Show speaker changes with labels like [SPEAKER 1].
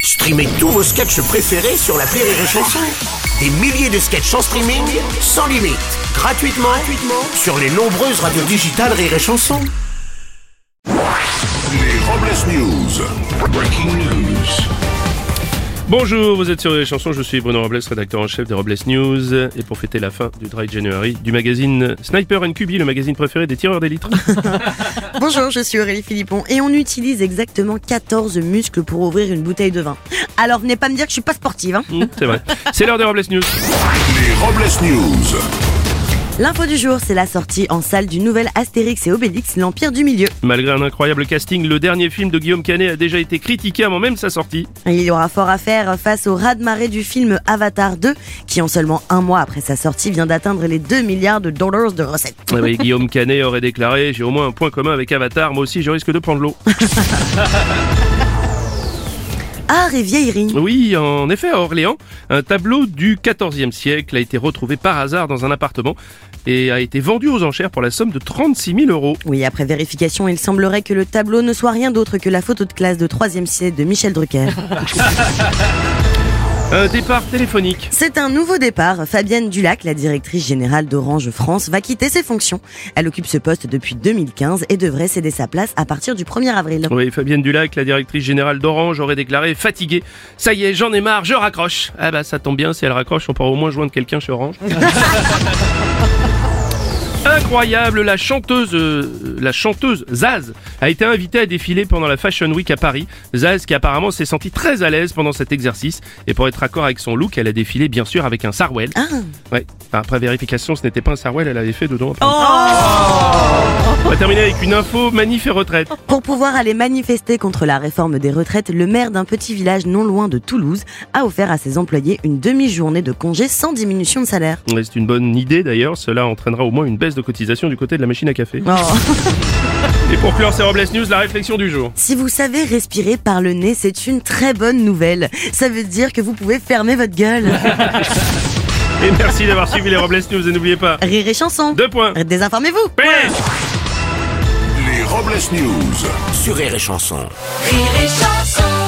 [SPEAKER 1] Streamez tous vos sketchs préférés sur la Rire et Chanson. Des milliers de sketchs en streaming, sans limite, gratuitement, gratuitement sur les nombreuses radios digitales Rire et Chanson.
[SPEAKER 2] Les Robles News. Breaking news.
[SPEAKER 3] Bonjour, vous êtes sur les chansons, je suis Bruno Robles, rédacteur en chef des Robles News. Et pour fêter la fin du Dry January du magazine Sniper and Cubby, le magazine préféré des tireurs d'élite.
[SPEAKER 4] Bonjour, je suis Aurélie Philippon et on utilise exactement 14 muscles pour ouvrir une bouteille de vin. Alors venez pas me dire que je suis pas sportive. Hein.
[SPEAKER 3] Hmm, C'est vrai. C'est l'heure des Robles News.
[SPEAKER 2] Les Robles News.
[SPEAKER 4] L'info du jour, c'est la sortie en salle du nouvel Astérix et Obélix, l'Empire du Milieu.
[SPEAKER 3] Malgré un incroyable casting, le dernier film de Guillaume Canet a déjà été critiqué avant même sa sortie.
[SPEAKER 4] Et Il y aura fort à faire face au raz-de-marée du film Avatar 2, qui en seulement un mois après sa sortie vient d'atteindre les 2 milliards de dollars de recettes.
[SPEAKER 3] Ah oui, Guillaume Canet aurait déclaré J'ai au moins un point commun avec Avatar, moi aussi je risque de prendre l'eau.
[SPEAKER 4] Art et vieillerie.
[SPEAKER 3] Oui, en effet, à Orléans, un tableau du XIVe siècle a été retrouvé par hasard dans un appartement et a été vendu aux enchères pour la somme de 36 000 euros.
[SPEAKER 4] Oui, après vérification, il semblerait que le tableau ne soit rien d'autre que la photo de classe de 3ème siècle de Michel Drucker.
[SPEAKER 3] Un départ téléphonique.
[SPEAKER 4] C'est un nouveau départ. Fabienne Dulac, la directrice générale d'Orange France, va quitter ses fonctions. Elle occupe ce poste depuis 2015 et devrait céder sa place à partir du 1er avril.
[SPEAKER 3] Oui, Fabienne Dulac, la directrice générale d'Orange, aurait déclaré fatiguée. Ça y est, j'en ai marre, je raccroche. Ah bah ça tombe bien, si elle raccroche, on pourra au moins joindre quelqu'un chez Orange. Incroyable, la chanteuse, euh, la chanteuse Zaz a été invitée à défiler pendant la Fashion Week à Paris. Zaz qui apparemment s'est sentie très à l'aise pendant cet exercice et pour être accord avec son look, elle a défilé bien sûr avec un sarwell.
[SPEAKER 4] Ah.
[SPEAKER 3] Ouais. Enfin, après vérification, ce n'était pas un sarwell, elle avait fait dedans. apparemment. On va terminer avec une info manif et retraite.
[SPEAKER 4] Pour pouvoir aller manifester contre la réforme des retraites, le maire d'un petit village non loin de Toulouse a offert à ses employés une demi-journée de congé sans diminution de salaire.
[SPEAKER 3] Ouais, C'est une bonne idée d'ailleurs, cela entraînera au moins une baisse de cotisation du côté de la machine à café. Et pour clore ces Robles News, la réflexion du jour.
[SPEAKER 4] Si vous savez respirer par le nez, c'est une très bonne nouvelle. Ça veut dire que vous pouvez fermer votre gueule.
[SPEAKER 3] Et merci d'avoir suivi les Robles News et n'oubliez pas,
[SPEAKER 4] Rire et chanson.
[SPEAKER 3] deux points.
[SPEAKER 4] Désinformez-vous.
[SPEAKER 3] Pêche
[SPEAKER 2] Les Robles News.
[SPEAKER 1] Sur Rire et Chanson.
[SPEAKER 5] Rire et chanson